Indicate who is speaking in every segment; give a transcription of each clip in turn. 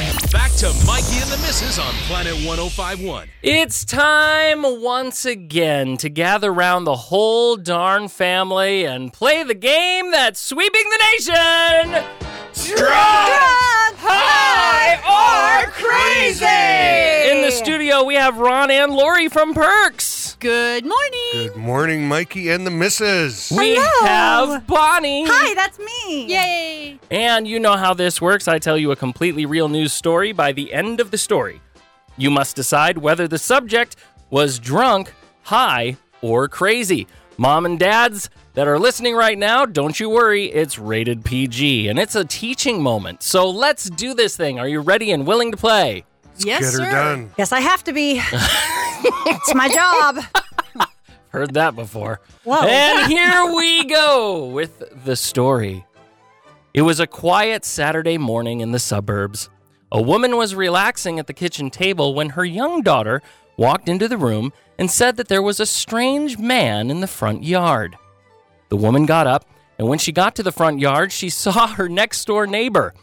Speaker 1: to Mikey and the Misses on Planet 1051.
Speaker 2: It's time once again to gather round the whole darn family and play the game that's sweeping the nation.
Speaker 3: Drunk,
Speaker 2: high, or
Speaker 3: crazy.
Speaker 2: In the studio, we have Ron and Lori from Perks.
Speaker 3: Good morning.
Speaker 4: Good morning, Mikey and the missus.
Speaker 2: We
Speaker 3: Hello.
Speaker 2: have Bonnie.
Speaker 3: Hi, that's me. Yay.
Speaker 2: And you know how this works. I tell you a completely real news story by the end of the story. You must decide whether the subject was drunk, high, or crazy. Mom and dads that are listening right now, don't you worry, it's rated PG and it's a teaching moment. So let's do this thing. Are you ready and willing to play?
Speaker 3: yes,
Speaker 4: Get
Speaker 3: sir.
Speaker 4: her done.
Speaker 3: Yes, I have to be. it's my job.
Speaker 2: Heard that before.
Speaker 3: Whoa.
Speaker 2: And here we go with the story. It was a quiet Saturday morning in the suburbs. A woman was relaxing at the kitchen table when her young daughter walked into the room and said that there was a strange man in the front yard. The woman got up, and when she got to the front yard, she saw her next door neighbor.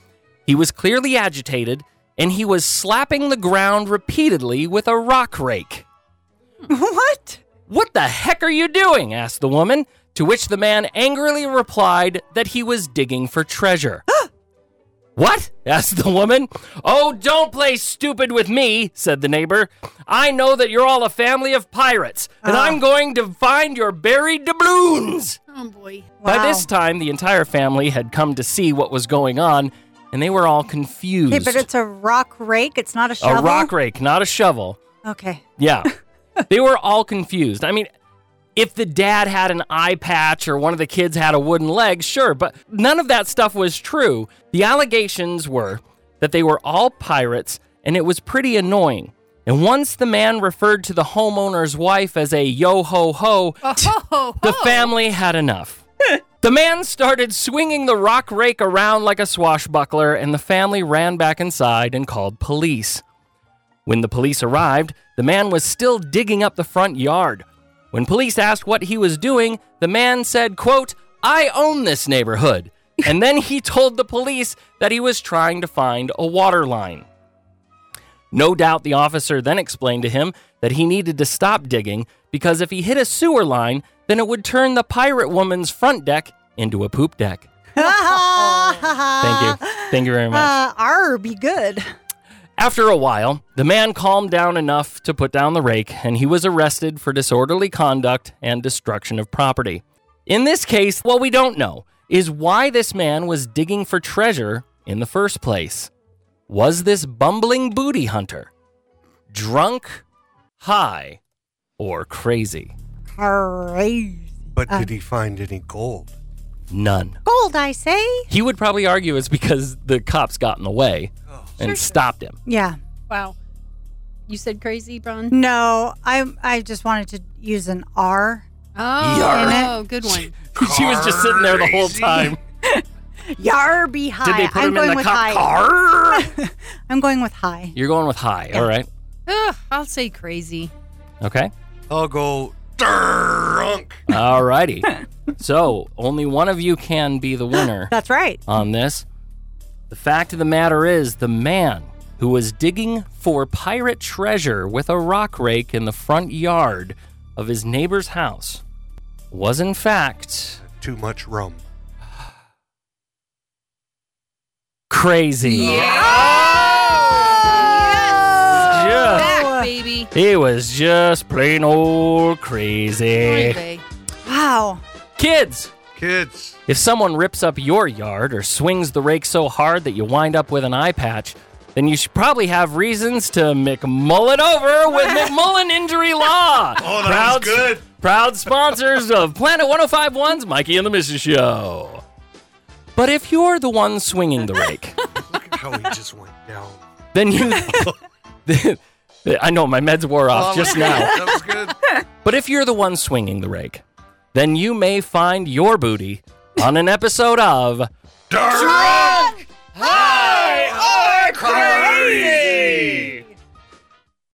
Speaker 2: He was clearly agitated, and he was slapping the ground repeatedly with a rock rake.
Speaker 3: what?
Speaker 2: What the heck are you doing? asked the woman, to which the man angrily replied that he was digging for treasure. what? asked the woman. Oh, don't play stupid with me, said the neighbor. I know that you're all a family of pirates, and
Speaker 3: Ah.
Speaker 2: I'm going to find your buried doubloons.
Speaker 5: Oh boy.
Speaker 2: By
Speaker 3: Wow.
Speaker 2: this time, the entire family had come to see what was going on, and they were all confused.
Speaker 3: Okay, but it's a rock rake. It's not a shovel.
Speaker 2: a rock rake, not a shovel.
Speaker 3: Okay.
Speaker 2: Yeah. they were all confused. I mean, if the dad had an eye patch or one of the kids had a wooden leg, sure, but none of that stuff was true. The allegations were that they were all pirates and it was pretty annoying. And once the man referred to the homeowner's wife as a yo ho ho,
Speaker 5: Oh,
Speaker 2: the family had enough. the man started swinging the rock rake around like a swashbuckler, and the family ran back inside and called police. When the police arrived, the man was still digging up the front yard. When police asked what he was doing, the man said, quote, I own this neighborhood. And then he told the police that he was trying to find a water line. No doubt the officer then explained to him that he needed to stop digging because if he hit a sewer line, then it would turn the pirate woman's front deck into a poop deck. Thank
Speaker 3: Thank
Speaker 2: you. Thank you very much.
Speaker 3: Uh, R, be good.
Speaker 2: After a while, the man calmed down enough to put down the rake, and he was arrested for disorderly conduct and destruction of property. In this case, what we don't know is why this man was digging for treasure in the first place. Was this bumbling booty hunter drunk, high, or crazy?
Speaker 3: Crazy.
Speaker 4: But
Speaker 3: uh,
Speaker 4: did he find any gold?
Speaker 2: None.
Speaker 3: Gold, I say.
Speaker 2: He would probably argue it's because the cops got in the way and stopped him.
Speaker 3: Yeah.
Speaker 5: wow. You said crazy, Bron?
Speaker 3: No, I I just wanted to use an R.
Speaker 5: Oh,
Speaker 2: Yarr.
Speaker 5: oh, good one.
Speaker 2: she was just sitting there the whole
Speaker 4: Crazy.
Speaker 2: time.
Speaker 3: Yar, be high.
Speaker 2: Did they put
Speaker 3: I'm
Speaker 2: him
Speaker 3: going
Speaker 2: in the
Speaker 3: with
Speaker 2: cop
Speaker 3: high.
Speaker 2: car?
Speaker 3: I'm going with high.
Speaker 2: You're going with high. All right.
Speaker 5: Ugh, I'll say crazy.
Speaker 2: Okay.
Speaker 4: I'll go drunk.
Speaker 2: All righty. so only one of you can be the winner
Speaker 3: That's right.
Speaker 2: on this. The fact of the matter is, the man who was digging for pirate treasure with a rock rake in the front yard of his neighbor's house was, in fact,
Speaker 4: Too much rum.
Speaker 2: crazy. Yeah.
Speaker 5: Back, baby.
Speaker 2: He was just plain old crazy.
Speaker 5: Anyway.
Speaker 3: Wow.
Speaker 2: Kids,
Speaker 4: Kids.
Speaker 2: If someone rips up your yard or swings the rake so hard that you wind up with an eye patch, then you should probably have reasons to McMull it over with McMullen Injury Law.
Speaker 4: Oh, that was good.
Speaker 2: Proud sponsors of Planet 1051's Mikey and the Mrs. Show. But if you're the one swinging the rake,
Speaker 4: Look at how he just went down.
Speaker 2: then you. I know my meds wore off
Speaker 4: Oh,
Speaker 2: just
Speaker 4: that-
Speaker 2: now.
Speaker 4: That was good.
Speaker 2: But if you're the one swinging the rake, then you may find your booty on an episode of.
Speaker 4: Drunk.